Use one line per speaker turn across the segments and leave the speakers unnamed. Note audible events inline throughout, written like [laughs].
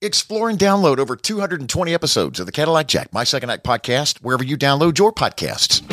Explore and download over 220 episodes of the Cadillac Jack, My Second Act podcast, wherever you download your podcasts.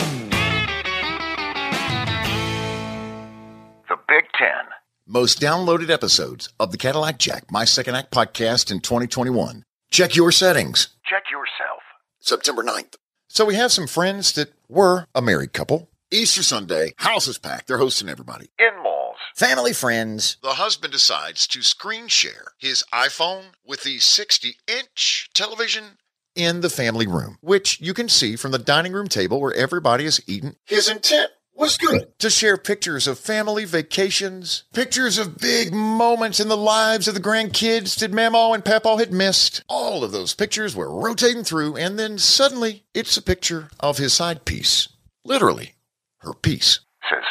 The Big Ten.
Most downloaded episodes of the Cadillac Jack, My Second Act podcast in 2021. Check your settings.
Check yourself.
September 9th. So we have some friends that were a married couple. Easter Sunday, house is packed. They're hosting everybody.
In malls.
Family friends.
The husband decides to screen share his iPhone with the 60 inch television in the family room, which you can see from the dining room table where everybody is eating. His intent was good to share pictures of family vacations, pictures of big moments in the lives of the grandkids that Mamaw and Papaw had missed. All of those pictures were rotating through, and then suddenly it's a picture of his side piece. Literally, her piece.
Says,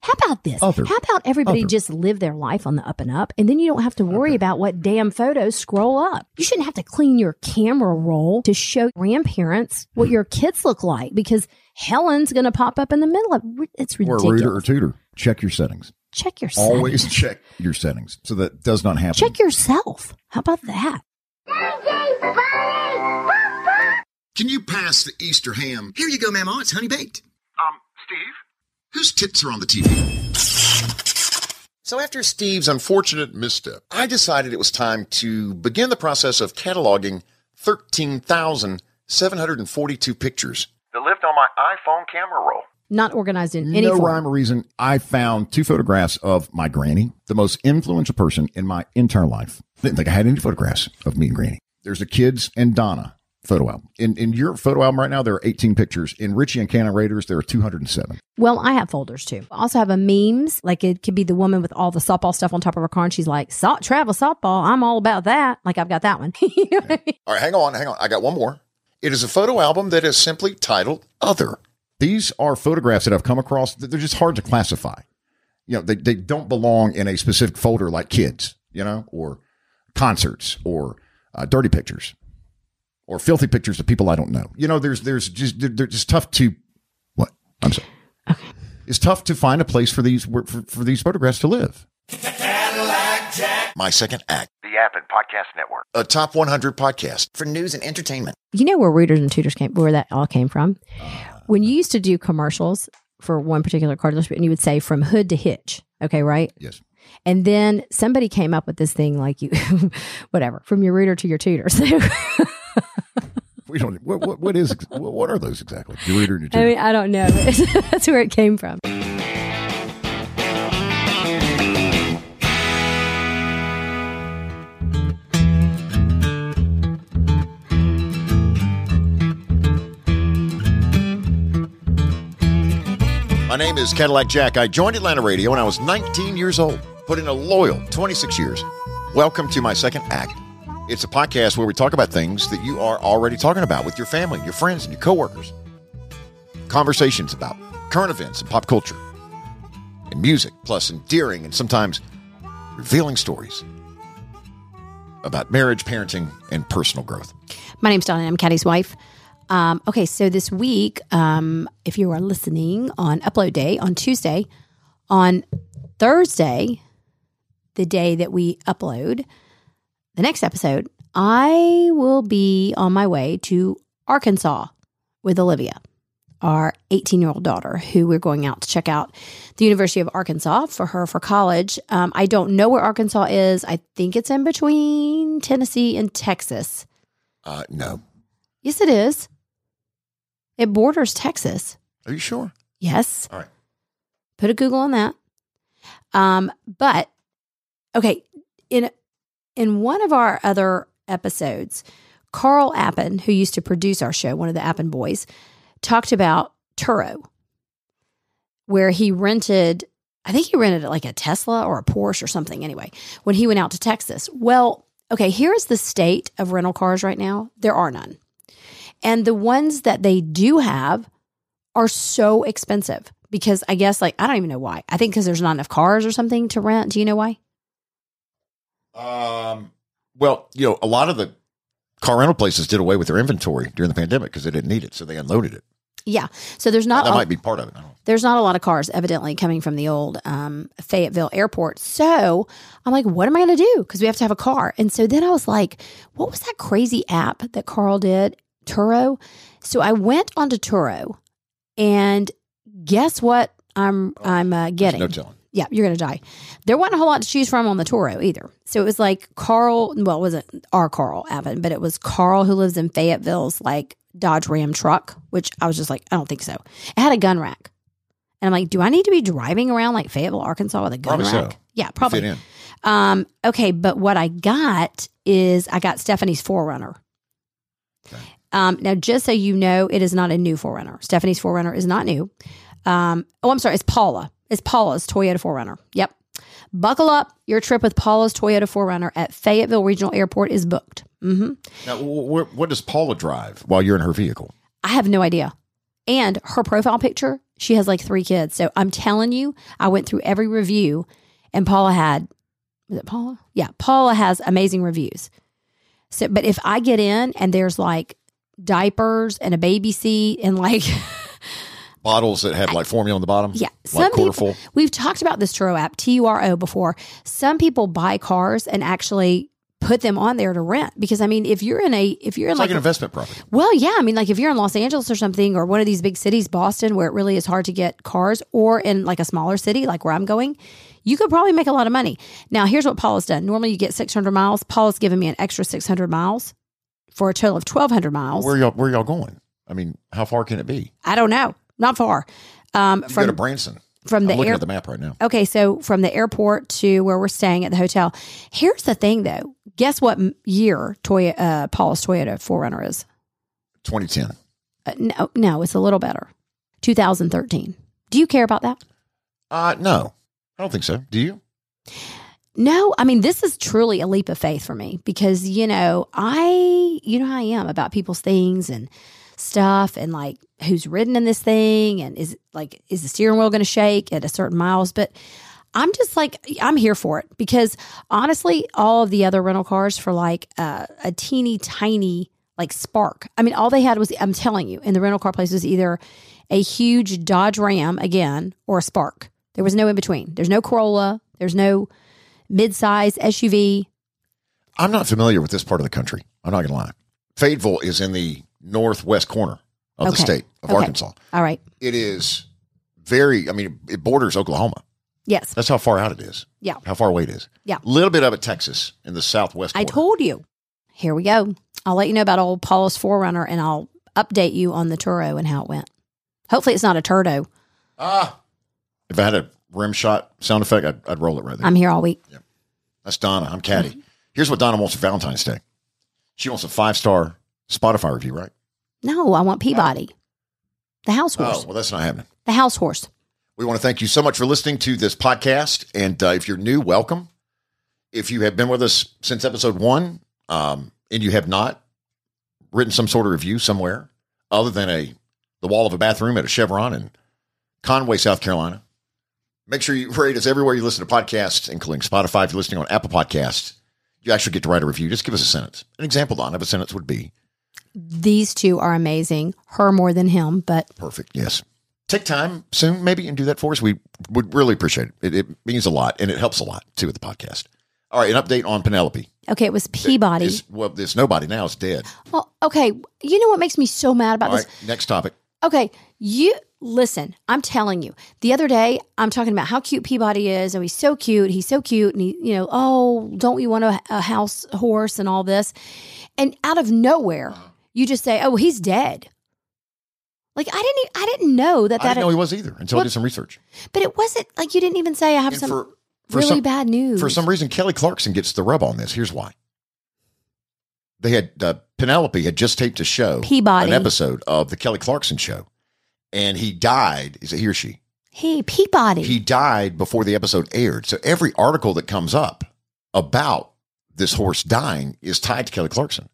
How about this?
Other.
How about everybody
Other.
just live their life on the up and up, and then you don't have to worry about what damn photos scroll up. You shouldn't have to clean your camera roll to show grandparents what your kids look like because Helen's going to pop up in the middle of it's
Or
ridiculous.
a rooter or tutor. Check your settings.
Check yourself.
Always [laughs] check your settings so that does not happen.
Check yourself. How about that?
Can you pass the Easter ham?
Here you go, Mama. It's honey baked.
um, Steve?
Whose tits are on the TV? So, after Steve's unfortunate misstep, I decided it was time to begin the process of cataloging 13,742 pictures.
That lived on my iPhone camera roll.
Not organized in any
no
form.
rhyme or reason. I found two photographs of my granny, the most influential person in my entire life. Didn't think I had any photographs of me and granny. There's the kids and Donna photo album. In in your photo album right now, there are 18 pictures. In Richie and Cannon Raiders, there are 207.
Well, I have folders too. I also have a memes. Like it could be the woman with all the softball stuff on top of her car, and she's like, so- "Travel softball, I'm all about that." Like I've got that one. [laughs] you know what I mean?
All right, hang on, hang on. I got one more. It is a photo album that is simply titled Other.
These are photographs that I've come across. that They're just hard to classify. You know, they, they don't belong in a specific folder like kids, you know, or concerts or uh, dirty pictures or filthy pictures of people I don't know. You know, there's there's just they're, they're just tough to what I'm sorry. It's tough to find a place for these for, for these photographs to live.
My second act,
The app and podcast network.
a top 100 podcast.
For news and entertainment.
You know where readers and tutors came, where that all came from. When you used to do commercials for one particular car dealership, and you would say from hood to hitch, okay, right?
Yes.
And then somebody came up with this thing like you, [laughs] whatever, from your reader to your tutor. [laughs] So
We don't. What, what, what is? What, what are those exactly? Your reader and your
I
tutor.
mean, I don't know. [laughs] But that's where it came from.
My name is Cadillac Jack. I joined Atlanta Radio when I was 19 years old. Put in a loyal 26 years. Welcome to my second act. It's a podcast where we talk about things that you are already talking about with your family, your friends, and your coworkers. Conversations about current events and pop culture, and music, plus endearing and sometimes revealing stories about marriage, parenting, and personal growth.
My name's Donna. I'm Caddy's wife. Um, okay, so this week, um, if you are listening on upload day on Tuesday, on Thursday, the day that we upload the next episode, I will be on my way to Arkansas with Olivia, our 18 year old daughter, who we're going out to check out the University of Arkansas for her for college. Um, I don't know where Arkansas is. I think it's in between Tennessee and Texas.
Uh, no.
Yes, it is. It borders Texas.
Are you sure?
Yes.
All right.
Put a Google on that. Um, but okay, in in one of our other episodes, Carl Appen, who used to produce our show, one of the Appen boys, talked about Turo, where he rented. I think he rented like a Tesla or a Porsche or something. Anyway, when he went out to Texas, well, okay, here is the state of rental cars right now. There are none, and the ones that they do have are so expensive because I guess like I don't even know why. I think because there's not enough cars or something to rent. Do you know why?
Um, well, you know, a lot of the car rental places did away with their inventory during the pandemic because they didn't need it, so they unloaded it.
Yeah. So there's not
that
a-
might be part of it. I don't know.
there's not a lot of cars evidently coming from the old um, Fayetteville airport. So I'm like, what am I going to do? Because we have to have a car. And so then I was like, what was that crazy app that Carl did? Turo. So I went onto Turo, and guess what? I'm I'm uh, getting
Oh, No telling.
yeah, you're gonna die. There wasn't a whole lot to choose from on the Toro either. So it was like Carl, well, it wasn't our Carl Avon, but it was Carl who lives in Fayetteville's like Dodge Ram truck, which I was just like, I don't think so. It had a gun rack. And I'm like, do I need to be driving around like Fayetteville, Arkansas with a gun
Probably so.
rack? Yeah, probably.
Fit in.
Um, okay, but what I got is I got Stephanie's Forerunner. Um, now, just so you know, it is not a new Forerunner. Stephanie's Forerunner is not new. Um, oh, I'm sorry, it's Paula. It's Paula's Toyota Forerunner. Yep. Buckle up. Your trip with Paula's Toyota Forerunner at Fayetteville Regional Airport is booked. hmm
Now, wh- wh- what does Paula drive while you're in her vehicle?
I have no idea. And her profile picture, she has like three kids. So I'm telling you, I went through every review and Paula had, was it Paula? Yeah, Paula has amazing reviews. So, but if I get in and there's like diapers and a baby seat and like, [laughs]
Bottles that have like formula on the bottom.
yeah,
like
some
quarter
people,
full.
we've talked about this Turo app, T U R O, before. Some people buy cars and actually put them on there to rent because I mean, if you're in a, if you're in
It's like
like
an
a-
investment property.
Well, yeah. I mean, like if you're in Los Angeles or something, or one of these big cities, Boston, where it really is hard to get cars, or in like a smaller city, like where I'm going, you could probably make a lot of money. Now, here's what Paula's done. Normally, you get 600 miles. Paula's given me an extra 600 miles for a total of 1,200 miles.
Where y'all Where y'all going? I mean, how far can it be?
I don't know. Not far.
You
Um,
go to
from
Branson.
from
I'm
the
looking
air,
at the map right now.
Okay, so from the airport to where we're staying at the hotel. Here's the thing, though. Guess what m- year Toy, uh, Paula's Toyota 4Runner is?
2010.
Uh, no, no, it's a little better. 2013. Do you care about that?
Uh no, I don't think so. Do you?
No, I mean this is truly a leap of faith for me because you know I you know how I am about people's things and stuff and like who's ridden in this thing and is like is the steering wheel going to shake at a certain miles but I'm just like I'm here for it because honestly all of the other rental cars for like uh, a teeny tiny like spark I mean all they had was I'm telling you in the rental car place was either a huge Dodge Ram again or a Spark there was no in between there's no Corolla there's no midsize SUV.
I'm not familiar with this part of the country. I'm not going to lie. Fayetteville is in the northwest corner of the
Okay.
state of
Okay.
Arkansas.
All right.
It is very. I mean, it borders Oklahoma.
Yes.
That's how far out it is.
Yeah.
How far away it is.
Yeah.
A little bit of it, Texas, in the southwest.
I
corner.
told you. Here we go. I'll let you know about old Paul's Forerunner and I'll update you on the Turo and how it went. Hopefully it's not a turdo.
Ah. If I had a rim shot sound effect, I'd, I'd roll it right there.
I'm here all week.
That's Donna. I'm Caddy. Here's what Donna wants for Valentine's Day. She wants a five star Spotify review, right?
No, I want Peabody. The house
Oh,
horse.
well, that's not happening.
The house horse.
We want to thank you so much for listening to this podcast. And uh, if you're new, welcome. If you have been with us since episode one um, and you have not written some sort of review somewhere other than a the wall of a bathroom at a Chevron in Conway, South Carolina, make sure you [laughs] rate us everywhere you listen to podcasts, including Spotify. If you're listening on Apple Podcasts, you actually get to write a review. Just give us a sentence. An example, Don, of a sentence would be
These two are amazing. Her more than him, but
Perfect. Yes. Take time soon, maybe, and do that for us. We would really appreciate it. It, it means a lot, and it helps a lot too with the podcast. All right, an update on Penelope.
okay, it was Peabody.
It's, well, there's nobody now. It's dead.
well, okay. You know what makes me so mad about
All
Uh, this?
right, next topic.
Okay, you listen. I'm telling you. The other day, I'm talking about how cute Peabody is. Oh, he's so cute. He's so cute. And he, you know, oh, don't you want a, a house horse and all this? And out of nowhere, you just say, "Oh, he's dead." Like I didn't. e- I didn't know that
I
that.
didn't know he was either until I
What?
did some research.
but it wasn't like you didn't even say I have
And
some
for for
really
some
bad news.
for some reason, Kelly Clarkson gets the rub on this. Here's why. They had uh, Penelope had just taped a show,
Peabody.
an episode of the Kelly Clarkson show, and he died. Is it he or she?
hey, Peabody.
he died before the episode aired. So every article that comes up about this horse dying is tied to Kelly Clarkson,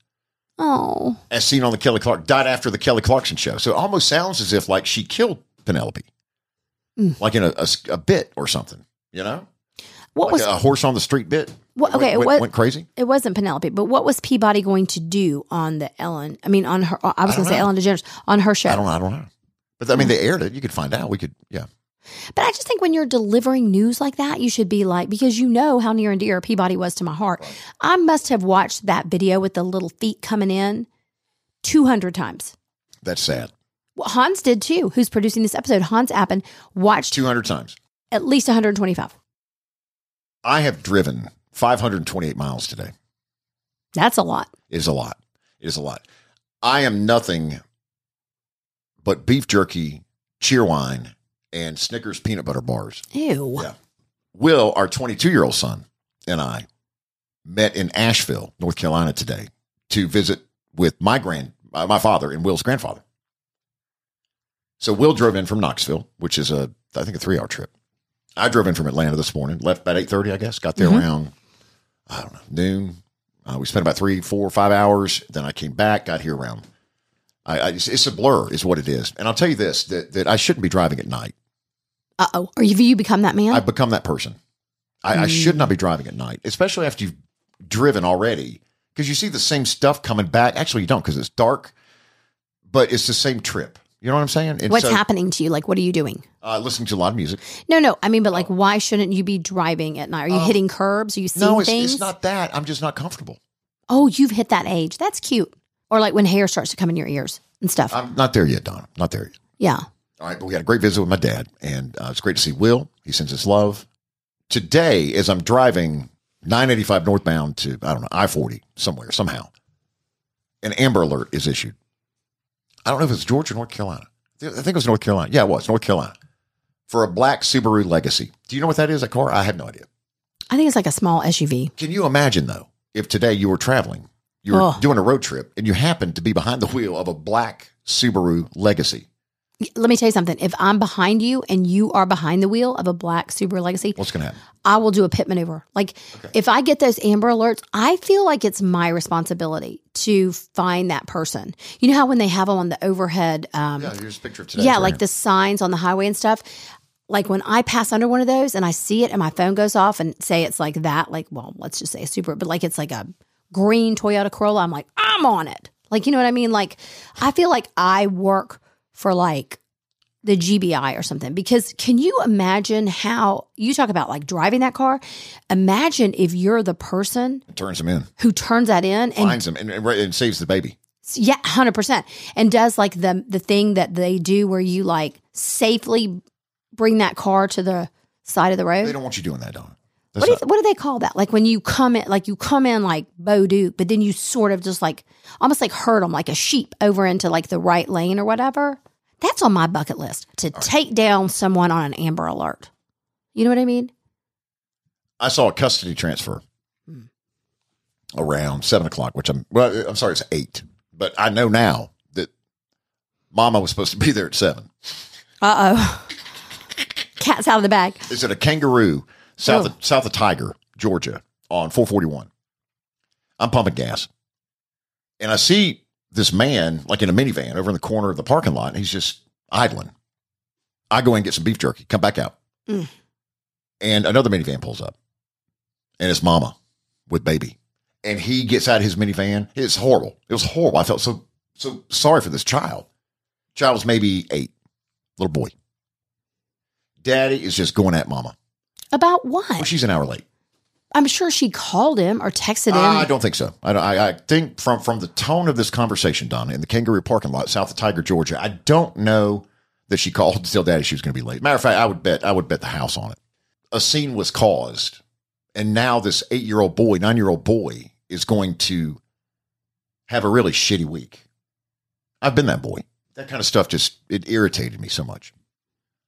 oh,
as seen on the Kelly Clark died after the Kelly Clarkson show. So it almost sounds as if like she killed Penelope,
Mm.
like in a, a s- a bit or something. You know,
what
like
was
a, horse on the street bit.
Well,
Went-
okay, it
went,
was-
went crazy.
It wasn't Penelope, but what was Peabody going to do on the Ellen? I mean, on her. I was
I
going
don't
to say
know.
Ellen DeGeneres on her show.
I don't. I don't know. But I mean, they aired it. You could find out. We could, yeah.
But I just think when you're delivering news like that, you should be like, because you know how near and dear Peabody was to my heart. I must have watched that video with the little feet coming in 200 times.
That's sad.
Well, Hans did too, who's producing this episode. Hans Appen watched
200 times.
at least 125.
I have driven 528 miles today.
That's a lot.
It is a lot. It is a lot. I am nothing but beef jerky, cheerwine, and Snickers peanut butter bars.
Ew.
Yeah. Will, our 22 year old son, and I met in Asheville, North Carolina today to visit with my grand, uh, my father and Will's grandfather. So Will drove in from Knoxville, which is a, I think a three hour trip. I drove in from Atlanta this morning, left about 8.30, I guess, got there
Mhm.
around, I don't know, noon. Uh, we spent about three, four, five hours. Then I came back, got here around. I, I, it's, it's a blur is what it is. And I'll tell you this, that, that I shouldn't be driving at night.
Uh oh. Or have you become that man?
I've become that person. I, I should
Mm.
not be driving at night, especially after you've driven already, because you see the same stuff coming back. Actually, you don't, because it's dark, but it's the same trip. You know what I'm saying? And
What's
so,
happening to you? Like, what are you doing?
Uh, listening to a lot of music.
No, no. I mean,
Oh.
but like, why shouldn't you be driving at night? Are you hitting curbs? Are you seeing
No, it's,
things?
it's not that. I'm just not comfortable.
Oh, you've hit that age. That's cute. Or like when hair starts to come in your ears and stuff.
I'm not there yet, Donna. Not there yet.
yeah.
All right, but we had a great visit with my dad, and uh, it's great to see Will. He sends his love. Today, as I'm driving 985 northbound to, I don't know, I 40 somewhere, somehow, an Amber Alert is issued. I don't know if it's Georgia or North Carolina. I think it was North Carolina. Yeah, it was North Carolina for a black Subaru Legacy. Do you know what that is, a car? I have no idea.
I think it's like a small SUV.
Can you imagine, though, if today you were traveling, you were
Oh.
doing a road trip, and you happened to be behind the wheel of a black Subaru Legacy?
Let me tell you something. If I'm behind you and you are behind the wheel of a black Subaru Legacy,
What's going to happen?
I will do a pit maneuver. Like if I get those amber alerts, I feel like it's my responsibility to find that person. You know how when they have them on the overhead um,
Yeah, here's a picture of today.
Yeah,
right
like
here.
the signs on the highway and stuff. Like when I pass under one of those and I see it and my phone goes off and say it's like that, like, well, let's just say a super, but like it's like a green Toyota Corolla, I'm like, I'm on it. Like, you know what I mean? Like, I feel like I work for like the GBI or something because can you imagine how you talk about like driving that car? Imagine if you're the person
turns them in.
who turns that in and
finds him and, and, and saves the baby.
Yeah, hundred percent, and does like the the thing that they do where you like safely bring that car to the side of the
They
road.
don't want you doing that, Donna.
What
That's
do, you,
not-
what do they call that? Like when you come in, like you come in like Bo Duke, but then you sort of just like almost like herd them like a sheep over into like the right lane or whatever. That's on my bucket list to take down someone on an Amber Alert. You know what I mean?
I saw a custody transfer
Hmm.
around seven o'clock, which I'm well. I'm sorry, it's eight, but I know now that Mama was supposed to be there at seven.
Uh oh, cat's out of the bag.
It's at a kangaroo south
Oh.
of, south of Tiger, Georgia, on 441. I'm pumping gas, and I see this man like in a minivan over in the corner of the parking lot, and he's just idling. I go in get some beef jerky, come back out,
Mm.
and another minivan pulls up, and it's Mama with baby, and he gets out of his minivan. It's horrible. It was horrible. I felt so so sorry for this child. Child was maybe eight, little boy. Daddy is just going at Mama.
About
Well,
what?
she's an hour late.
I'm sure she called him or texted him.
I don't think so. I, I, I think from from the tone of this conversation, Donna, in the Kangaroo parking lot south of Tiger, Georgia, I don't know that she called [laughs] to tell Daddy she was going to be late. Matter of fact, I would bet I would bet the house on it. A scene was caused, and now this eight year old boy, nine year old boy, is going to have a really shitty week. I've been that boy. That kind of stuff just it irritated me so much.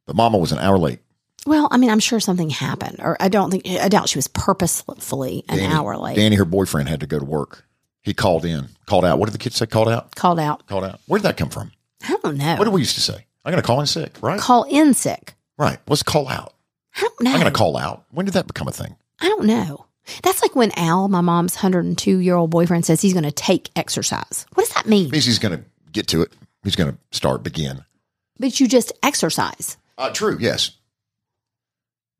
But Mama was an hour late.
Well, I mean, I'm sure something happened, or I don't think I doubt she was purposefully an
Danny-
hour late
Danny, her boyfriend, had to go to work. He called in, called out. What did the kids say? Called out,
called out.
called out. Where did that come from?
I don't know.
What do we used to say? I'm going to call in sick, right?
call in sick?
Right. Let's call out.
I don't know.
I'm going to call out. When did that become a thing?
I don't know. That's like when Al, my mom's 102 year old boyfriend, says he's going to take exercise. What does that mean?
It means he's going to get to it. He's going to start, begin.
But you just exercise.
Uh, true. Yes.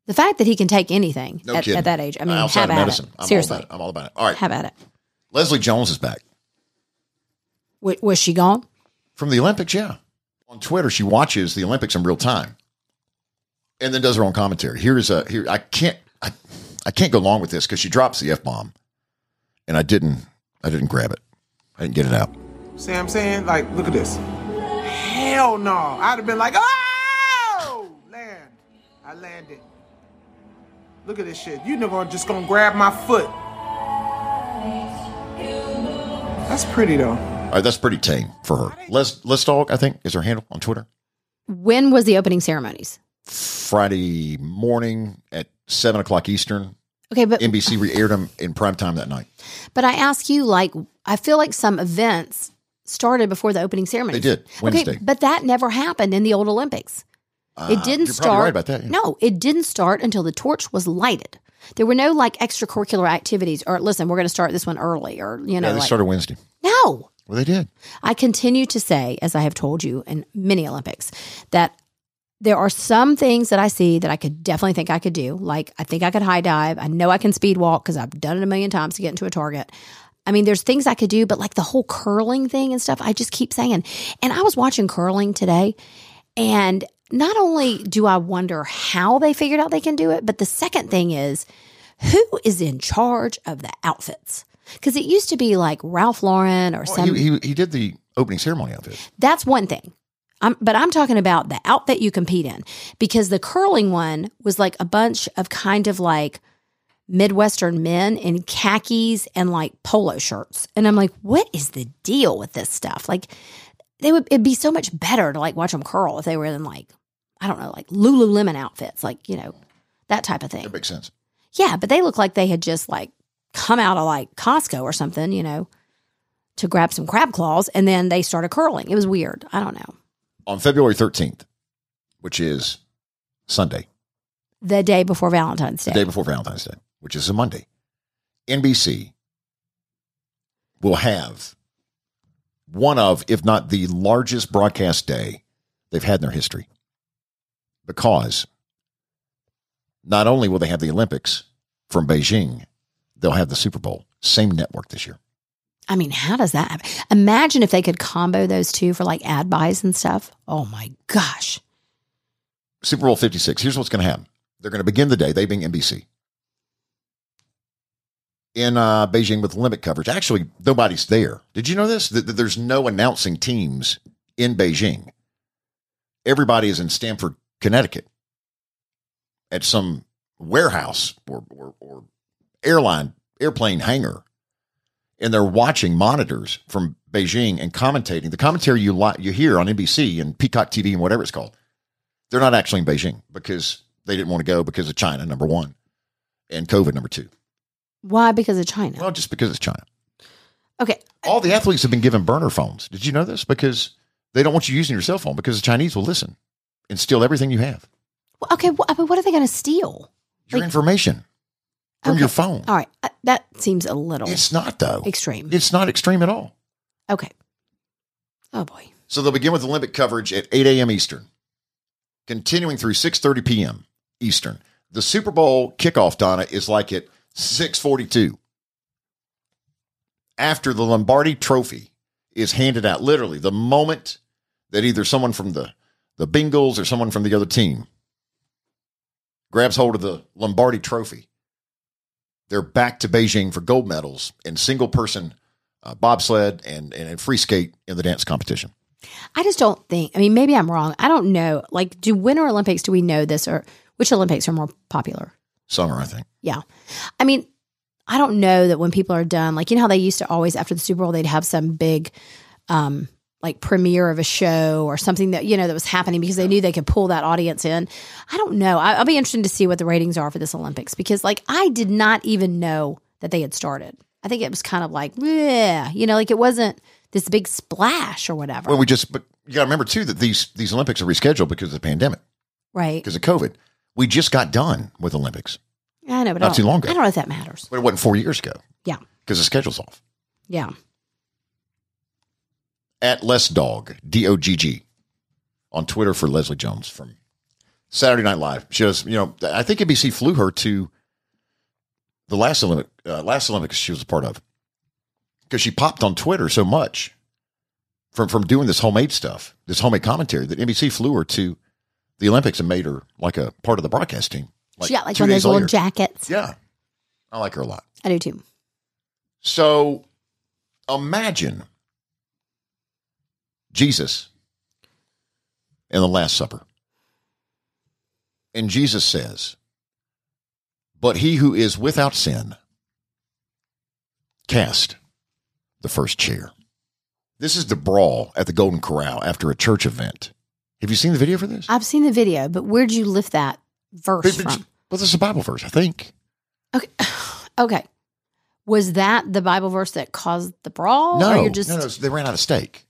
The fact that he can take anything
No
at,
kidding.
at that age, I mean,
outside
have
of
at
medicine,
it.
I'm all
Seriously,
about it. I'm all about it. All right.
have at it.
Leslie Jones is back
W- was she gone?
from the Olympics. Yeah. on Twitter, she watches the Olympics in real time, and then does her own commentary. Here is a here. I can't I, I can't go along with this because she drops the f bomb, and I didn't I didn't grab it. I didn't get it out.
See what I'm saying? Like, look at this. Hell no. I'd have been like, oh, land. I landed. Look at this shit. You never just gonna grab my foot. That's pretty though.
All right, that's pretty tame for her. Les Les Dog, I think, is her handle on Twitter.
When was the opening ceremonies?
Friday morning at seven o'clock Eastern,
Okay, but
NBC re-aired them in prime time that night.
but I ask you, like, I feel like some events started before the opening ceremonies.
They did, Wednesday.
Okay, but that never happened in the old Olympics. it
Uh,
didn't
you're probably
start.
right about that, yeah.
No, it didn't start until the torch was lighted. There were no like extracurricular activities or listen, we're going to start this one early or you know
yeah, they
like-
started Wednesday.
no.
Well, they did.
I continue to say, as I have told you in many Olympics, that there are some things that I see that I could definitely think I could do. Like I think I could high dive. I know I can speed walk because I've done it a million times to get into a target. I mean, there's things I could do, but like the whole curling thing and stuff, I just keep saying. And I was watching curling today, and not only do I wonder how they figured out they can do it, but the second thing is who is in charge of the outfits? Because it used to be like Ralph Lauren or
Well,
some.
he, he he did the opening ceremony of it.
That's one thing. I'm, but I'm talking about the outfit you compete in because the curling one was like a bunch of kind of like Midwestern men in khakis and like polo shirts. And I'm like, what is the deal with this stuff? Like, they would, it'd be so much better to like watch them curl if they were in like, I don't know, like Lululemon outfits, like, you know, that type of thing.
That makes sense.
Yeah, but they look like they had just like come out of like Costco or something, you know, to grab some crab claws and then they started curling. It was weird. I don't know.
On February thirteenth, which is Sunday,
The day before Valentine's Day.
the day before Valentine's Day, which is a Monday, NBC will have one of, if not the largest broadcast day they've had in their history. Because not only will they have the Olympics from Beijing, they'll have the Super Bowl, same network this year.
I mean, how does that happen? Imagine if they could combo those two for like ad buys and stuff. Oh my gosh.
Super Bowl 56. Here's what's going to happen. They're going to begin the day, they being NBC, in uh, Beijing with limit coverage. Actually, nobody's there. Did you know this? That, that there's no announcing teams in Beijing. Everybody is in Stamford, Connecticut at some warehouse or, or, or airline, airplane hangar. And they're watching monitors from Beijing and commentating. The commentary you, li- you hear on NBC and Peacock TV and whatever it's called they're not actually in Beijing because they didn't want to go because of China, number one, and COVID, number two.
Why? Because of China.
Well, just because it's China.
okay.
All the athletes have been given burner phones. Did you know this? Because they don't want you using your cell phone because the Chinese will listen and steal everything you have
Well, Okay. Well, but what are they going to steal?
your
Like-
information from
Okay.
your phone.
All right. Uh, That seems a little
It's not, though.
extreme.
It's not extreme at all.
Okay. Oh boy.
So they'll begin with Olympic coverage at 8 a.m. Eastern, continuing through 6:30 p.m. Eastern. The Super Bowl kickoff, Donna, is like at 6:42. After the Lombardi Trophy is handed out, literally the moment that either someone from the the Bengals or someone from the other team grabs hold of the Lombardi Trophy, they're back to Beijing for gold medals in single person uh, bobsled and and in free skate in the dance competition.
I just don't think. I mean, maybe I'm wrong. I don't know. Like, do Winter Olympics? Do we know this, or which Olympics are more popular?
summer, I think.
Yeah, I mean, I don't know that when people are done, like you know how they used to always after the Super Bowl, they'd have some big, um, like premiere of a show or something that you know that was happening because they knew they could pull that audience in. I don't know. I, I'll be interested to see what the ratings are for this Olympics because, like, I did not even know that they had started. I think it was kind of like, yeah, you know, like it wasn't this big splash or whatever,
Well, we just but you got to remember too that these these Olympics are rescheduled because of the pandemic,
right?
because of COVID. We just got done with Olympics,
I know, but
Not
I don't-
too long ago.
I don't know if that matters.
but it wasn't four years ago
Yeah,
because the schedule's off.
yeah.
At Les Dog D O G G on Twitter for Leslie Jones from Saturday Night Live. She was, you know, I think NBC flew her to the last Olympic uh, last Olympics she was a part of because she popped on Twitter so much from from doing this homemade stuff, this homemade commentary that NBC flew her to the Olympics and made her like a part of the broadcast team.
she got like
two
one of
days
those little
later.
jackets.
Yeah, I like her a lot.
I do too.
So imagine Jesus in the Last Supper. And Jesus says, But he who is without sin, cast the first chair. This is the brawl at the Golden Corral after a church event. Have you seen the video for this?
I've seen the video, but where'd you lift that verse
But- but-
from?
Well, this is a Bible verse, I think.
Okay. [sighs] okay. Was that the Bible verse that caused the brawl?
no,
Or you're Oh, just
no, no, they ran out of steak.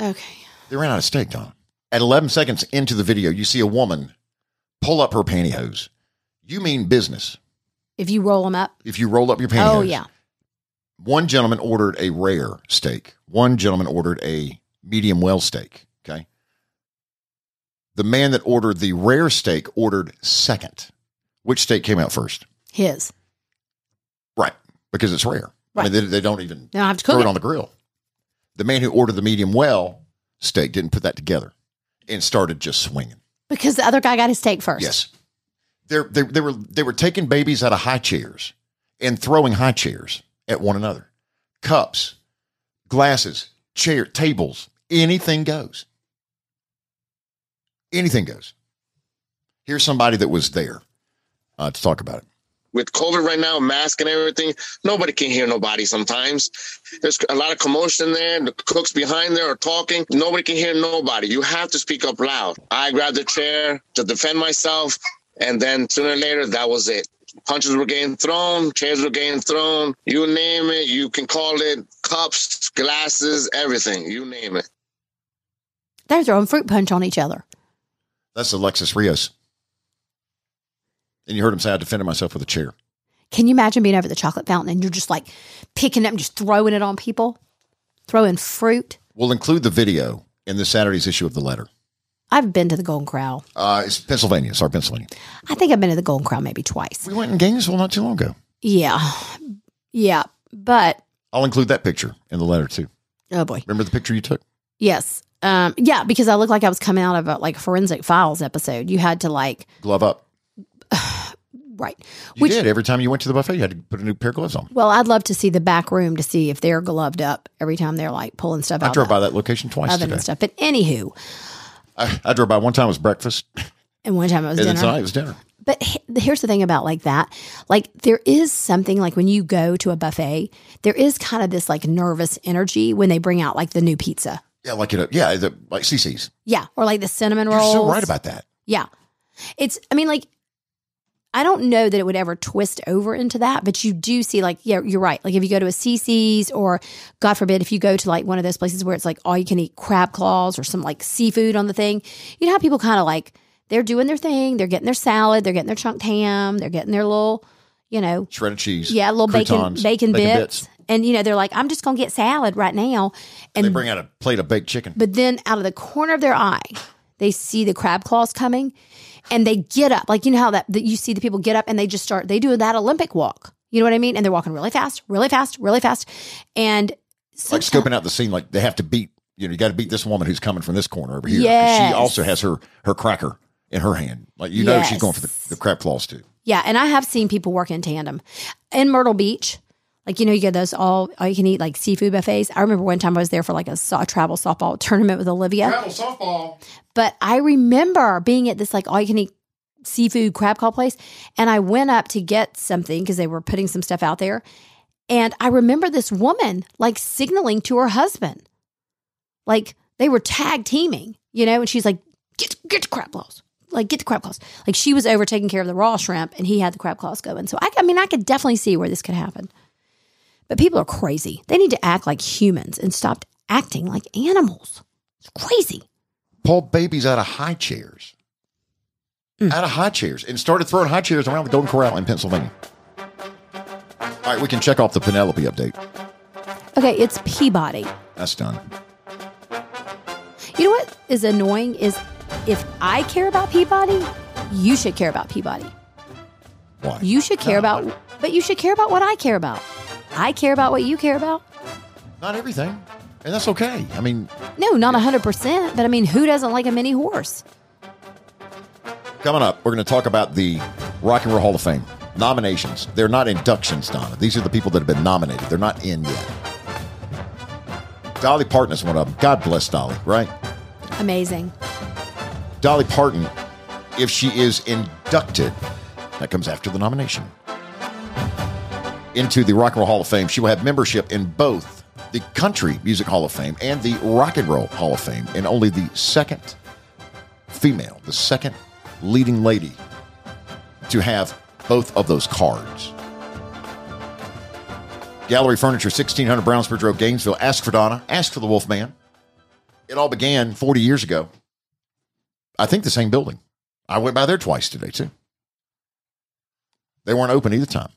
Okay.
They ran out of steak, Don. At 11 seconds into the video, you see a woman pull up her pantyhose. You mean business.
If you roll them up.
If you roll up your pantyhose.
Oh yeah.
One gentleman ordered a rare steak. One gentleman ordered a medium well steak. Okay. The man that ordered the rare steak ordered second. Which steak came out first?
His.
Right. Because it's rare. I mean, they, they don't even
Now I have to
throw
cook
it
it.
on the grill. The man who ordered the medium well steak didn't put that together and started just swinging.
because the other guy got his steak first.
Yes. They're, they, they were they were taking babies out of high chairs and throwing high chairs at one another. Cups, glasses, chair, tables, anything goes. Anything goes. Here's somebody that was there uh, to talk about it.
with COVID right now, mask and everything, nobody can hear nobody sometimes. There's a lot of commotion there. The cooks behind there are talking. Nobody can hear nobody. You have to speak up loud. I grabbed the chair to defend myself. And then sooner or later, that was it. Punches were getting thrown, chairs were getting thrown. You name it, you can call it cups, glasses, everything. You name it.
They're throwing fruit punch on each other.
That's Alexis Rios. And you heard him say, I defended myself with a chair.
Can you imagine being over at the chocolate fountain and you're just like picking up and just throwing it on people? Throwing fruit.
We'll include the video in this Saturday's issue of the letter.
I've been to the Golden Corral.
Uh, it's Pennsylvania. Sorry, Pennsylvania.
I think I've been to the Golden Corral maybe twice.
We went in Gainesville not too long ago.
Yeah. Yeah. But
I'll include that picture in the letter too.
oh boy.
Remember the picture you took?
Yes. Um, yeah, because I looked like I was coming out of a like forensic files episode. You had to like
Glove up.
right.
You did every time you went to the buffet. You had to put a new pair of gloves on.
Well, I'd love to see the back room to see if they're gloved up every time they're like pulling stuff
I
out
drove
of the
by that location twice
oven
today.
and stuff. But anywho,
I, I drove by one time it was breakfast,
and one time it was
and then
dinner.
tonight it was dinner.
But he- here's the thing about like that. Like there is something like when you go to a buffet, there is kind of this like nervous energy when they bring out like the new pizza.
Yeah, like it. Yeah, the, like CC's.
Yeah, or like the cinnamon
You're
rolls.
so right about that.
Yeah. It's, I mean, like, I don't know that it would ever twist over into that, but you do see, like, yeah, you're right. Like, if you go to a CC's or, God forbid, if you go to like one of those places where it's like all you can eat crab claws or some like seafood on the thing, you know how people kind of like, they're doing their thing, they're getting their salad, they're getting their chunked ham, they're getting their little, you know,
Shredded cheese.
yeah, little bacon,
croutons,
bacon, bits. And, you know, they're like, I'm just going to get salad right now. And
They bring out a plate of baked chicken.
but then out of the corner of their eye, they see the crab claws coming and they get up. Like, you know how that, that you see the people get up and they just start, they do that Olympic walk. You know what I mean? And they're walking really fast, really fast, really fast. And
like
sometimes-
scoping out the scene, like they have to beat. You know, you got to beat this woman who's coming from this corner over here.
Yes.
She also has her her cracker in her hand. Like you know, she's
Yes.
going for the, the crab claws too.
yeah. And I have seen people work in tandem in Myrtle Beach. Like, you know, you get those all, all you can eat like seafood buffets. I remember one time I was there for like a, so- travel softball tournament with Olivia.
softball.
But I remember being at this like all you can eat seafood crab call place, and I went up to get something because they were putting some stuff out there, and I remember this woman like signaling to her husband, like they were tag teaming, you know, and she's like, "Get get the crab claws." Like get the crab claws. Like she was over taking care of the raw shrimp, and he had the crab claws going. So I, I mean, I could definitely see where this could happen. But people are crazy. They need to act like humans and stop acting like animals. It's crazy.
pulled babies out of high chairs,
Mm.
out of high chairs, and started throwing high chairs around the Golden Corral in Pennsylvania. All right, we can check off the Penelope update.
Okay, it's Peabody.
That's done.
You know what is annoying is if I care about Peabody, you should care about Peabody.
Why?
You should care about, but you should care about what I care about. I care about what you care about.
Not everything. And that's okay. I mean,
No, not 100%, but I mean, who doesn't like a mini horse?
Coming up, we're going to talk about the Rock and Roll Hall of Fame nominations. They're not inductions, Donna. These are the people that have been nominated. They're not in yet. Dolly Parton is one of them. God bless Dolly, right?
Amazing.
Dolly Parton, if she is inducted, that comes after the nomination, into the Rock and Roll Hall of Fame, she will have membership in both the Country Music Hall of Fame and the Rock and Roll Hall of Fame, and only the second female, the second leading lady to have both of those cards. Gallery Furniture, 1600 Brownsbridge Road, Gainesville. Ask for Donna. Ask for the Wolfman. It all began 40 years ago. I think the same building. I went by there twice today, too. They weren't open either time.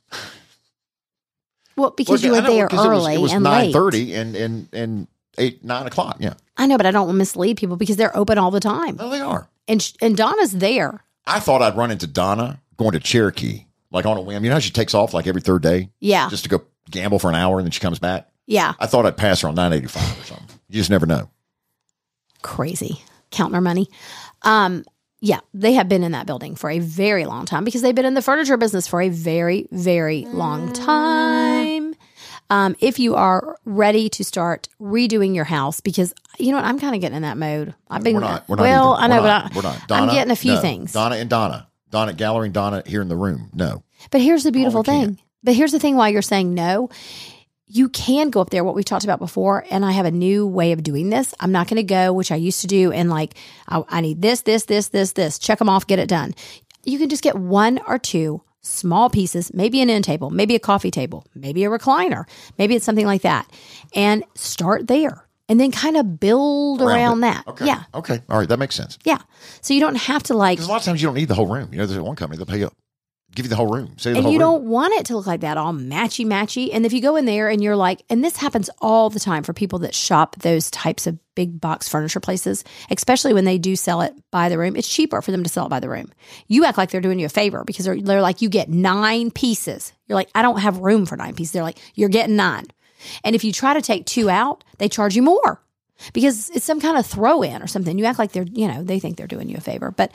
Well, because
Well,
you
I
were
know,
there
'cause
early
It was, it was
and late.
9.30 and, and, and 8, 9 o'clock. Yeah.
I know, but I don't want to mislead people because they're open all the time.
No, they are.
And sh- and Donna's there.
I thought I'd run into Donna going to Cherokee, like on a whim. You know how she takes off like every third day
Yeah.
just to go gamble for an hour and then she comes back?
Yeah.
I thought I'd pass her on 985 or something. You just never know.
Crazy. Counting our money. Um yeah, they have been in that building for a very long time because they've been in the furniture business for a very, very long
Mm.
time. Um, if you are ready to start redoing your house, because you know what, I'm kind of getting in that mode. I've been
We're not. We're not
well.
even-
I know,
we're not,
but I,
we're not.
I'm
Donna,
getting a few
no.
things.
Donna and Donna. Donna at gallery and Donna here in the room. No.
But here's the beautiful
Oh, can't.
thing. But here's the thing while you're saying no, you can go up there, what we talked about before. And I have a new way of doing this. I'm not going to go, which I used to do, and like, I, I need this, this, this, this, this, check them off, get it done. You can just get one or two small pieces, maybe an end table, maybe a coffee table, maybe a recliner, maybe it's something like that, and start there. And then kind of build around,
it.
that.
Okay.
Yeah.
Okay. All right. That makes sense.
Yeah. So you don't have to like
Because a lot of times you don't need the whole room. You know, there's one company that'll pay you, give you the whole room. Say the
and
whole
you
room.
don't want it to look like that all matchy matchy and if you go in there and you're like and this happens all the time for people that shop those types of big box furniture places especially when they do sell it by the room it's cheaper for them to sell it by the room you act like they're doing you a favor because they're, they're like you get nine pieces you're like i don't have room for nine pieces they're like you're getting nine and if you try to take two out they charge you more because it's some kind of throw in or something. You act like they're, you know, they think they're doing you a favor, but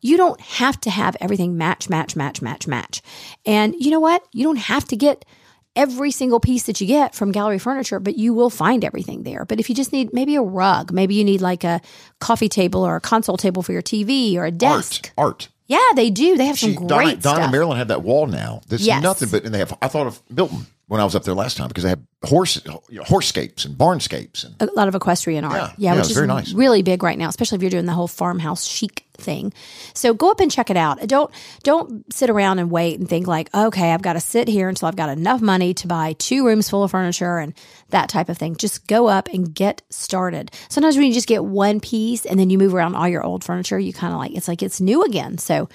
you don't have to have everything match, match, match, match, match. And you know what? You don't have to get every single piece that you get from gallery furniture, but you will find everything there. But if you just need maybe a rug, maybe you need like a coffee table or a console table for your TV or a desk.
Art. Art.
Yeah, they do. They have some
She,
great
Donna,
stuff.
Donna and Maryland had that wall now. There's
Yes.
nothing but, and they have, I thought of Milton when I was up there last time because they have horse, you know, horsescapes and barnscapes. And,
a lot of equestrian art.
Yeah,
Yeah,
yeah,
which
it's
is
very nice.
really big right now, especially if you're doing the whole farmhouse chic thing. So go up and check it out. Don't don't sit around and wait and think like, okay, I've got to sit here until I've got enough money to buy two rooms full of furniture and that type of thing. Just go up and get started. Sometimes when you just get one piece and then you move around all your old furniture, you kind of like it's like it's new again. So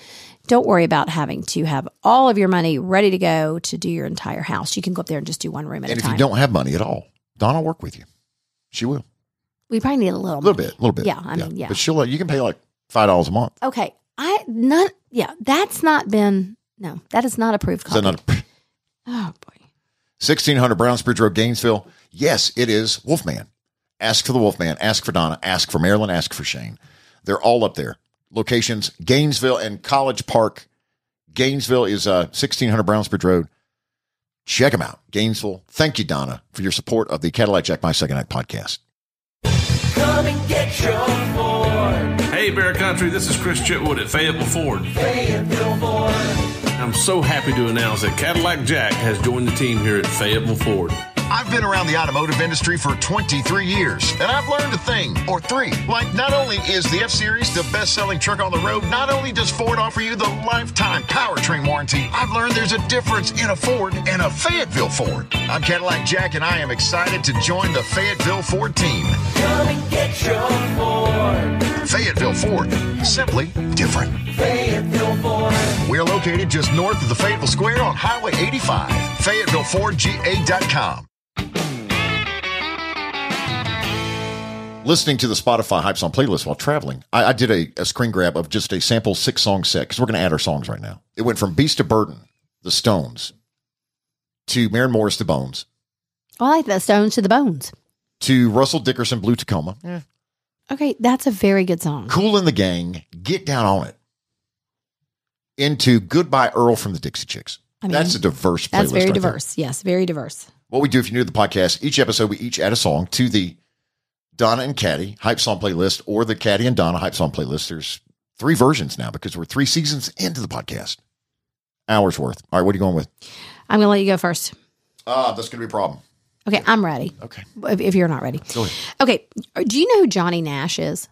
don't worry about having to have all of your money ready to go to do your entire house. You can go up there and just do one room at
and
a
if
time.
you don't have money at all, Donna will work with you. She will.
we probably need a little,
A little bit. A little bit.
Yeah, I mean, yeah.
But she'll, let- you can pay like $5 a month.
Okay. I not yeah, that's not been no, that is not approved
Is that
copy.
not a-
oh boy.
1600 Brownsbridge Road, Gainesville. Yes, it is Wolfman. Ask for the Wolfman. Ask for Donna. Ask for Marilyn. Ask for Shane. They're all up there. Locations Gainesville and College Park. Gainesville is uh, 1600 Brownsbridge Road. Check them out. Gainesville. Thank you, Donna, for your support of the Cadillac Jack My Second Act podcast.
Hey, Bear Country, this is Chris Chitwood at Fayetteville Ford. I'm so happy to announce that Cadillac Jack has joined the team here at Fayetteville Ford.
I've been around the automotive industry for 23 years, and I've learned a thing or three. Like, not only is the F Series the best selling truck on the road, not only does Ford offer you the lifetime powertrain warranty, I've learned there's a difference in a Ford and a Fayetteville Ford. I'm Cadillac Jack, and I am excited to join the Fayetteville Ford team. Fayetteville Ford, simply different. We are located just north of the Fayetteville Square on Highway 85, FayettevilleFordGA.com.
listening to the Spotify Hype Song playlist while traveling, I, I did a, a screen grab of just a sample six song set because we're going to add our songs right now. It went from Beast to Burden, The Stones, to Maren Morris, The Bones,
I like that stones to the bones.
to Russell Dickerson, Blue Tacoma.
Okay, that's a very good song.
Cool in the Gang, Get Down on It, into Goodbye Earl from the Dixie Chicks.
I mean,
that's a diverse playlist.
That's very
right there.
diverse. Yes, very diverse.
What we do if you're new to the podcast, each episode we each add a song to the Donna and Caddy hype song playlist or the Caddy and Donna hype song playlist. There's three versions now because we're three seasons into the podcast. Hours worth. All right, what are you going with?
I'm going to let you go first.
Ah, that's gonna be a problem.
Okay, I'm ready.
Okay.
If, if you're not ready.
Go ahead.
Okay, do you know who Johnny Nash is?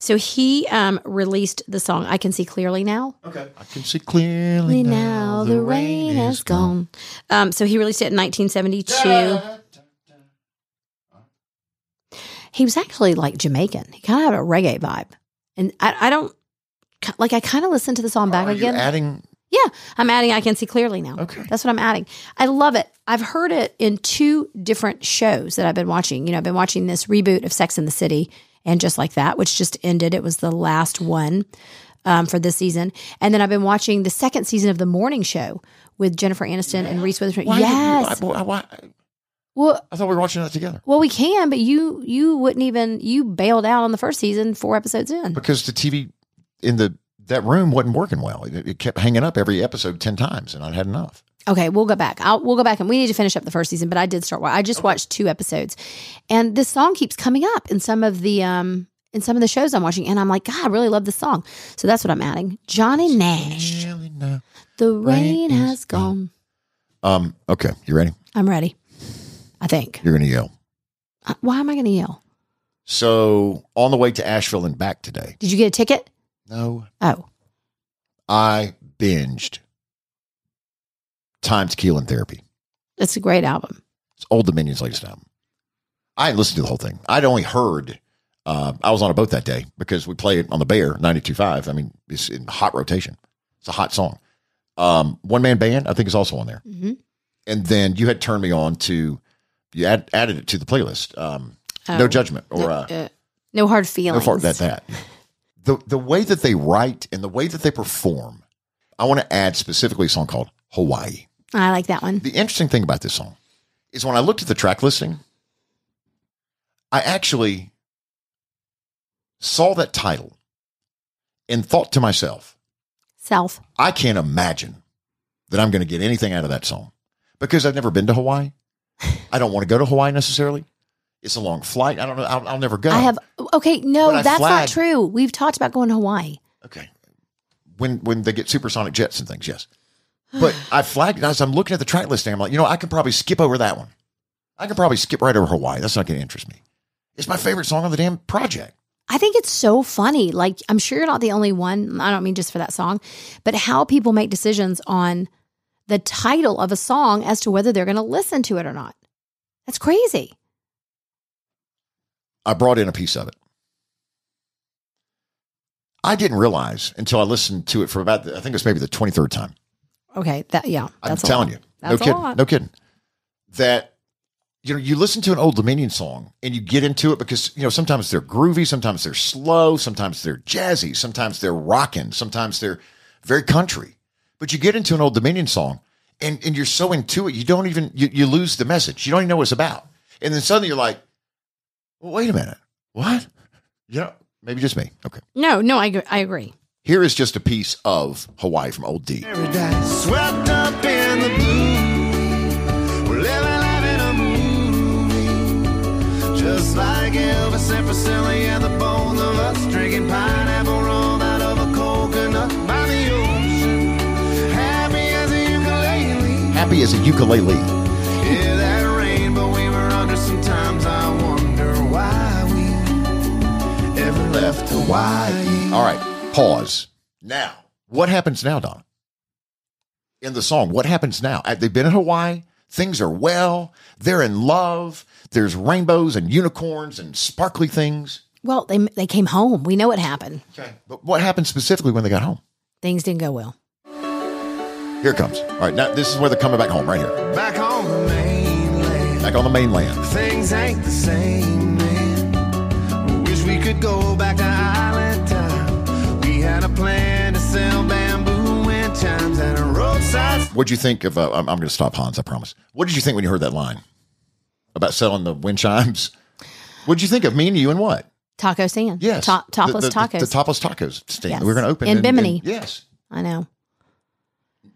So he um, released the song I Can See Clearly Now.
Okay. I can see clearly now, the rain is gone.
Um, so he released it in 1972. He was actually like Jamaican. He kind of had a reggae vibe. And I, I don't, like, I kind of listened to the song back
Are you
again.
Oh, adding
I'm adding I Can See Clearly Now.
Okay.
That's what I'm adding. I love it. I've heard it in two different shows that I've been watching. You know, I've been watching this reboot of Sex in the City and Just Like That, which just ended. It was the last one um, for this season. And then I've been watching the second season of The Morning Show with Jennifer Aniston and Reese Witherspoon.
why
yes.
did you- I, why-
well,
I thought we were watching that together.
well, we can, but you you wouldn't even you bailed out on the first season four episodes in.
Because the TV in the that room wasn't working well. It, it kept hanging up every episode ten times and I'd had enough.
Okay, we'll go back. I'll, we'll go back and we need to finish up the first season, but I did start. wa- I just watched two episodes, and this song keeps coming up in some of the um in some of the shows I'm watching, and I'm like, God, I really love this song. So that's what I'm adding. Johnny Nash,
Clearly now.
the
Rain
rain
is
has gone.
Um, okay, you ready?
I'm ready. I think.
You're gonna yell.
Uh, Why am I going to yell?
So on the way to Asheville and back today.
Did you get a ticket?
No,
Oh,
I binged Time Tequila and Therapy.
that's a great album.
It's Old Dominion's latest album. I didn't listen to the whole thing. I'd only heard. Uh, I was on a boat that day because we play it on the Bear 92.5. I mean, it's in hot rotation. It's a hot song. Um, One Man Band, I think, is also on there.
hmm
And then you had turned me on to, you add, added it to the playlist. Um,
Oh.
No Judgment or
No,
uh,
uh, no hard
No
feelings.
fart that that. The the way that they write and the way that they perform, I want to add specifically a song called Hawaii.
I like that one.
The interesting thing about this song is when I looked at the track listing, I actually saw that title and thought to myself,
South.
I can't imagine that I'm going to get anything out of that song because I've never been to Hawaii. I don't want to go to Hawaii necessarily. It's a long flight. I don't know. I'll, I'll never go.
I have. Okay,
When
no,
I
that's not
flagged-
true. We've talked about going to Hawaii.
Okay. When when they get supersonic jets and things, yes. But I flagged it as I'm looking at the track listing. I'm like, you know, I can probably skip over that one. I can probably skip right over Hawaii. That's not going to interest me. It's my favorite song on the damn project.
I think it's so funny. Like, I'm sure you're not the only one. I don't mean just for that song, but how people make decisions on the title of a song as to whether they're going to listen to it or not. That's crazy.
I brought in a piece of it. I didn't realize until I listened to it for about, the, I think it's maybe the 23rd time.
Okay. That, yeah.
I'm
that's a
telling
lot.
you.
That's
no
a
kidding.
lot.
No kidding. That you know, you listen to an old Dominion song and you get into it because you know sometimes they're groovy, sometimes they're slow, sometimes they're jazzy, sometimes they're rocking, sometimes they're very country. But you get into an old Dominion song and and you're so into it, you don't even you, you lose the message. You don't even know what it's about. And then suddenly you're like, well, wait a minute, what? You know, maybe just me. Okay,
No, no, I, agree- I agree.
here is just a piece of Hawaii from Old D.
Swept up in the blue. We're living life in a movie. Just like Elvis and Priscilla and the both of us drinking pineapple rum out of a coconut by the ocean. Happy as a ukulele.
Happy as a ukulele.
Yeah, that rain, but we were under sometimes. I wonder why we ever left Hawaii.
All right, pause. Now, what happens now, Donna? In the song, what happens now? Uh, They've been in Hawaii. Things are well. They're in love. There's rainbows and unicorns and sparkly things.
Well, they, they came home. We know what happened.
Okay. But what happened specifically when they got home?
Things didn't go well.
Here it comes. All right, now this is where they're coming back home, right here.
Back on the mainland.
Back on the mainland.
Things ain't the same, man. Wish we could go back to island time. We had a plan to sell bamboo and chimes and a roadside.
What'd you think of? Uh, I'm, I'm going to stop Hans, I promise. What did you think when you heard that line? about selling the wind chimes. What'd you think of me and you and what?
Taco stand.
Yes,
Top, topless
the, the,
tacos.
The, topless tacos stand.
Yes.
We were going to open
In
and-
Bimini.
and- yes,
I know.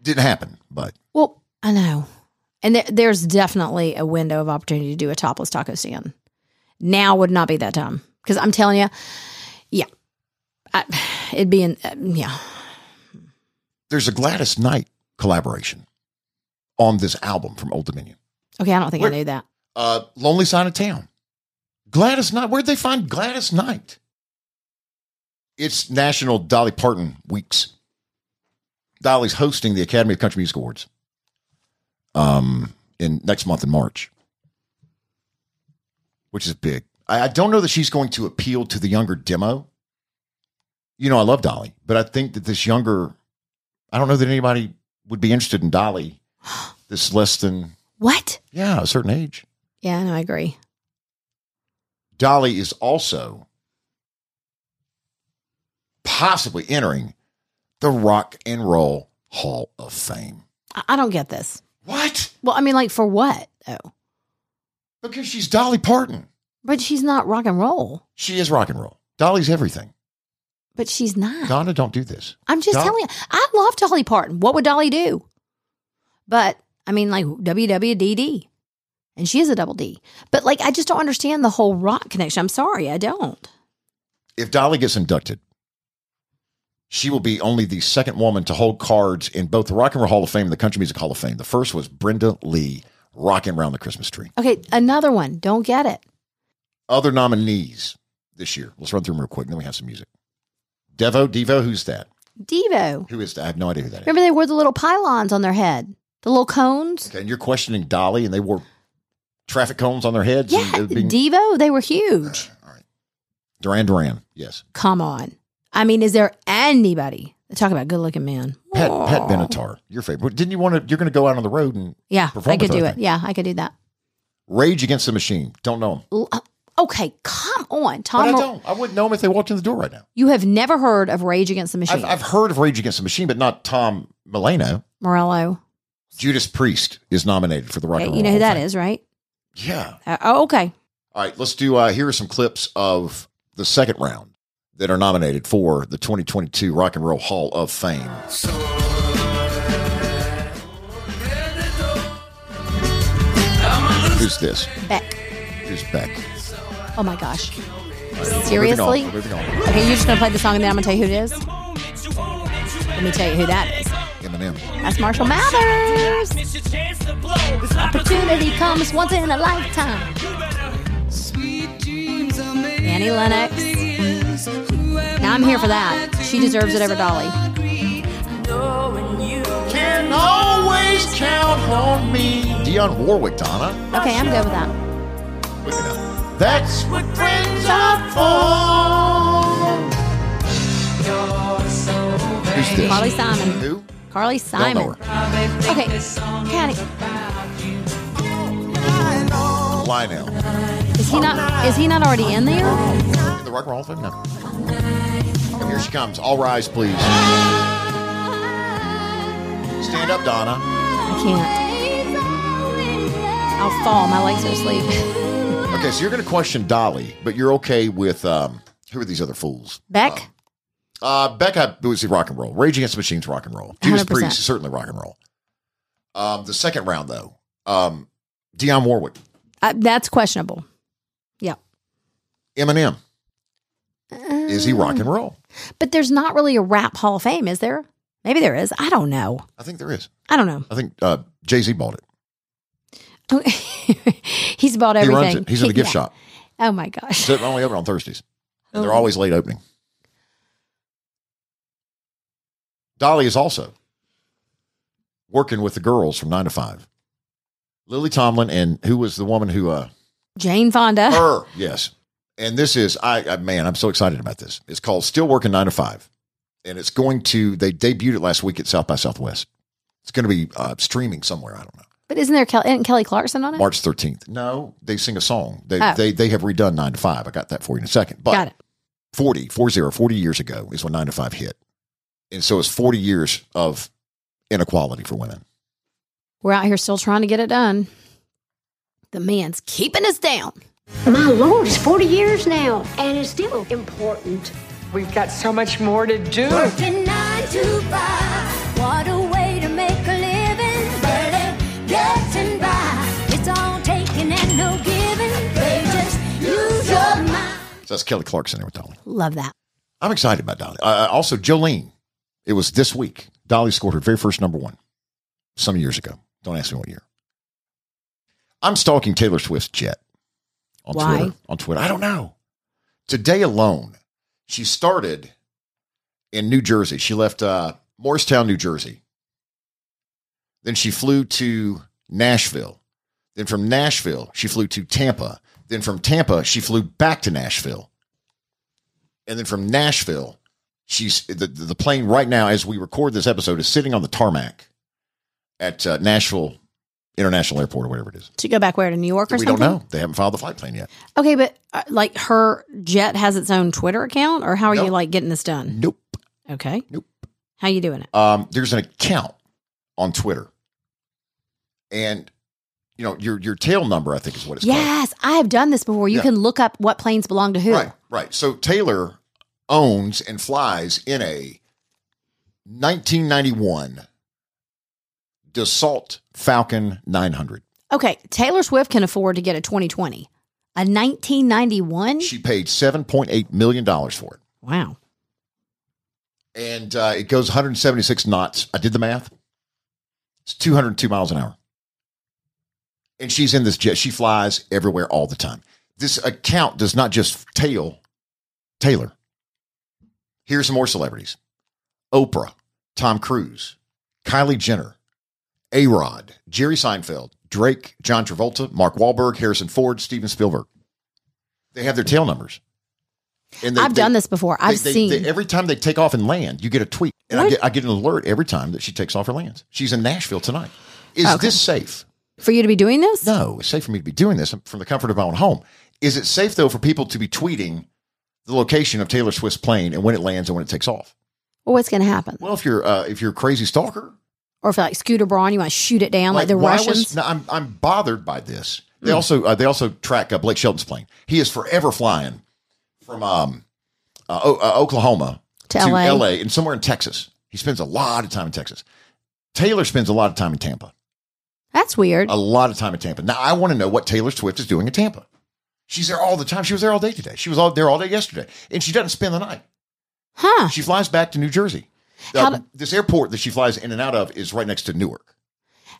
didn't happen, but
Well, I know. And there, there's definitely a window of opportunity to do a topless taco stand. Now would not be that time because I'm telling you, yeah, I, it'd be in, uh, yeah.
there's a Gladys Knight collaboration on this album from Old Dominion.
Okay, I don't think
Where-
I knew that.
Uh, Lonely Side of Town. Gladys Knight. Where'd they find Gladys Knight? It's National Dolly Parton Weeks. Dolly's hosting the Academy of Country Music Awards. Um, in next month in March, which is big. I, I don't know that she's going to appeal to the younger demo. You know, I love Dolly, but I think that this younger, I don't know that anybody would be interested in Dolly. This less than
What?
yeah, a certain age.
Yeah, I know. I agree.
Dolly is also possibly entering the Rock and Roll Hall of Fame.
I, I don't get this.
What?
Well, I mean, like for what though?
Because she's Dolly Parton.
But she's not rock and roll.
She is rock and roll. Dolly's everything.
But she's not.
Donna, don't do this.
I'm just
Dol-
telling you, I love Dolly Parton. What would Dolly do? But I mean, like WWDD, and she is a double D. But like, I just don't understand the whole rock connection. I'm sorry, I don't.
If Dolly gets inducted, she will be only the second woman to hold cards in both the Rock and Roll Hall of Fame and the Country Music Hall of Fame. The first was Brenda Lee rocking around the Christmas tree.
Okay, another one. Don't get it.
other nominees this year. Let's run through them real quick. And then we have some music. Devo, Devo, who's that?
Devo.
Who is that? I have no idea who that is.
Remember they wore the little pylons on their head, the little cones.
Okay, and you're questioning Dolly, and they wore traffic cones on their heads.
Yeah,
and it being-
Devo. They were huge.
Duran Duran. Yes,
Come on. I mean, is there anybody? Talk about good-looking man.
Pat Pat
Aw.
Benatar, your favorite. Didn't you want to? You're going to go out on the road and
Yeah, I
Perform
could
with her,
do
I
it.
think.
Yeah, I could do that.
Rage Against the Machine. Don't know them,
L- uh, Okay, come on,
but I
Tom. Mor-
don't. I wouldn't know them if they walked in the door right now.
You have never heard of Rage Against the Machine.
I've, I've heard of Rage Against the Machine, but not Tom Milano.
Morello.
Judas Priest is nominated for the Rock.
Okay,
and
you know
Roll
who
Hall
that
of Fame.
is, right?
Yeah.
Uh, oh, okay.
All right, let's do. Uh, here are some clips of the second round that are nominated for the 2022 Rock and Roll Hall of Fame. Who's this?
Beck.
Who's Beck?
Oh my gosh.
Moving on,
Seriously?
we're moving on.
Okay, you're just gonna play the song and then I'm gonna tell you who it is. Let me tell you who that is.
Eminem.
That's Marshall Mathers. Opportunity comes once in a lifetime. Annie Lennox. Now I'm here for that. She deserves it over Dolly.
Can always count on me. Dionne Warwick, Donna.
Okay, I'm good with that.
Look it up. That's what friends are for. Who's this?
Carly Simon.
Who?
Carly
Don't know
Simon.
her.
Okay. Connie,
Lionel.
is he not is he not already in there?
In the Rock and Roll Hall of Fame? No. Here she comes. All rise, please. Stand up, Donna.
I can't. I'll fall. My legs are asleep. [laughs]
Okay, so you're going to question Dolly, but you're okay with um, who are these other fools?
Beck?
Uh, Becca was the rock and roll. Rage Against the Machine's rock and roll. Judas
100%.
Priest is certainly rock and roll. Um, the second round, though, um, Dionne Warwick,
Uh, that's questionable. Yeah.
Eminem. Is he
Um.
rock and roll?
But there's not really a rap Hall of Fame, is there? Maybe there is. I don't know.
I think there is.
I don't know.
I think uh, Jay Z bought it.
[laughs] He's bought
He
everything.
runs it. He's in the gift
Yeah.
shop.
Oh my gosh.
They're only open on Thursdays. And they're
Oh.
always late opening. Dolly is also working with the girls from nine to five. Lily Tomlin and who was the woman who
[laughs]
uh
[laughs] Jane Fonda.
her, yes. And this is I, I man, I'm so excited about this. It's called Still Working Nine to Five. And it's going to they debuted it last week at South by Southwest. It's going to be uh, streaming somewhere. I don't know.
But isn't there Kel- isn't Kelly Clarkson on it?
March 13th. No, they sing a song. They,
Oh.
they, they have redone nine to five. I got that for you in a second. But
Got it.
40, 40, 40 years ago is when 9 to 5 hit. And so it's 40 years of inequality for women.
We're out here still trying to get it done. The man's keeping us down.
My Lord, it's 40 years now, and it's still important. We've got so much more to do.
Working nine to five. What a way to make a living, but it getting by. It's all taking and no giving. They just use your mind.
So that's Kelly Clarkson there with Dolly.
Love that.
I'm excited about Dolly. Uh, also, Jolene. It was this week. Dolly scored her very first number one some years ago. Don't ask me what year. I'm stalking Taylor Swift's jet on
Why?
Twitter. On Twitter. I don't know. Today alone, she started in New Jersey. She left uh, Morristown, New Jersey. Then she flew to Nashville. Then from Nashville, she flew to Tampa. Then from Tampa, she flew back to Nashville. And then from Nashville, she's the, the plane right now, as we record this episode, is sitting on the tarmac at uh, Nashville International Airport or whatever it is.
To go back where to New York or
we
something?
don't know. They haven't filed the flight plan yet.
Okay, but uh, like her jet has its own Twitter account, or how are you
Nope.
like getting this done?
Nope.
Okay.
Nope.
How you doing it?
um, there's an account on Twitter, and you know your your tail number, I think, is what it's
Yes, I have done this before. You
Yeah.
can look up what planes belong to who.
called. Right, right. So Taylor owns and flies in a 1991 Dassault Falcon 900.
Okay, Taylor Swift can afford to get a 2020, a 1991.
She paid 7.8 million dollars for it.
wow.
and uh, it goes 176 knots. I did the math. It's 202 miles an hour. And she's in this jet. She flies everywhere all the time. This account does not just tail Taylor. Here's some more celebrities Oprah, Tom Cruise, Kylie Jenner, A Rod, Jerry Seinfeld, Drake, John Travolta, Mark Wahlberg, Harrison Ford, Steven Spielberg. They have their tail numbers. And they-
I've
they-
done this before.
they-
I've
they-
seen.
they- every time they take off and land, you get a tweet, and I
What?
get I get an alert every time that she takes off or lands. She's in Nashville tonight. Is
Okay.
this safe?
for you to be doing this?
No, it's safe for me to be doing this from the comfort of my own home. Is it safe though for people to be tweeting the location of Taylor Swift's plane and when it lands and when it takes off?
Well, what's going to happen?
Well, if you're uh, if you're a crazy stalker,
or if like Scooter Braun, you want to shoot it down like, the
why
Russians?
Was, no, I'm I'm bothered by this. They also uh, they also track uh, Blake Shelton's plane. He is forever flying from um uh, o- uh, Oklahoma
To LA.
and somewhere in Texas. He spends a lot of time in Texas. Taylor spends a lot of time in Tampa.
That's weird.
A lot of time in Tampa. Now I want to know what Taylor Swift is doing in Tampa. She's there all the time. She was there all day today. She was all there all day yesterday, and she doesn't spend the night.
huh.
She flies back to New Jersey.
How
Uh,
do-
this airport that she flies in and out of is right next to Newark.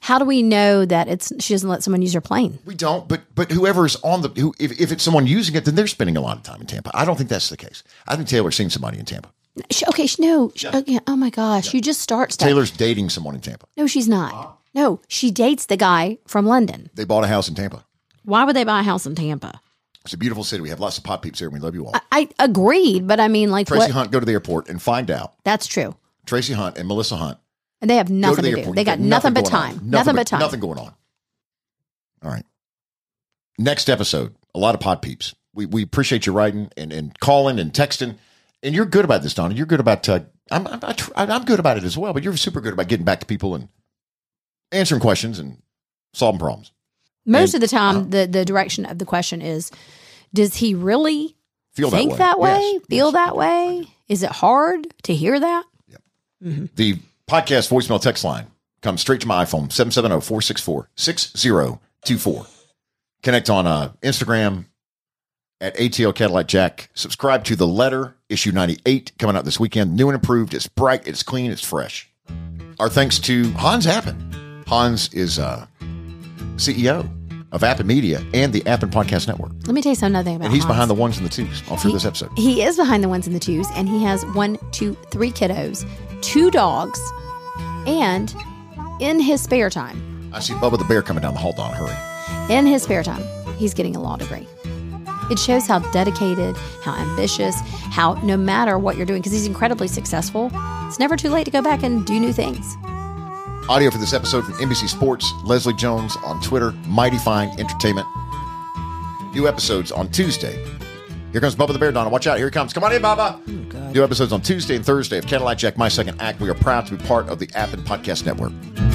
How do we know that it's she doesn't let someone use her plane?
We don't, but but whoever's on the who if, if it's someone using it, then they're spending a lot of time in Tampa. I don't think that's the case. I think Taylor's seen somebody in Tampa.
She, okay, she, no. She, okay, oh my gosh, you just start stuff.
Taylor's dating someone in Tampa.
No, she's not. No, she dates the guy from London.
They bought a house in Tampa.
Why would they buy a house in Tampa?
It's a beautiful city. We have lots of pot peeps here, and we love you all.
I, I agreed, but I mean, like,
Tracy
what?
Hunt, go to the airport and find out.
That's true.
Tracy Hunt and Melissa Hunt
And they have
go to
nothing
the
to, do.
airport.
They
You've
got nothing, but
going on.
time. Nothing, but time.
Nothing going on. All right. Next episode, a lot of pod peeps. We we appreciate you writing and, and calling and texting, and you're good about this, Donna. You're good about. Uh, I'm I'm, I tr- I'm good about it as well, but you're super good about getting back to people and answering questions and solving problems.
Most
And- uh,
of the time, the, the direction of the question is does he really
Feel
think
that way. Yes,
Feel
yes.
that way? Is it hard to hear that?
The podcast voicemail text line comes straight to my iPhone oh, 770 464 6024. Connect on uh, Instagram at ATL Cadillac Jack. Subscribe to The Letter, issue 98, coming out this weekend. New and improved. It's bright, it's clean, it's fresh. Our thanks to Hans Appen. Hans is uh, CEO of Appen Media and the Appen Podcast Network.
Let me tell you something about
And he's
Hans.
behind the ones and the twos on for
He-
this episode.
He is behind the ones and the twos, and he has one, two, three kiddos, two dogs, and in his spare time,
I see Bubba the Bear coming down the hall, Don. Hurry.
in his spare time, he's getting a law degree. It shows how dedicated, how ambitious, how no matter what you're doing, because he's incredibly successful, it's never too late to go back and do new things.
Audio for this episode from NBC Sports, Leslie Jones on Twitter, Mighty Fine Entertainment. New episodes on Tuesday. Here comes Bubba the Bear, Donna. Watch out. Here he comes. Come on in, Bubba. New episodes on Tuesday and Thursday of Cadillac Jack, My Second Act. We are proud to be part of the App and Podcast Network.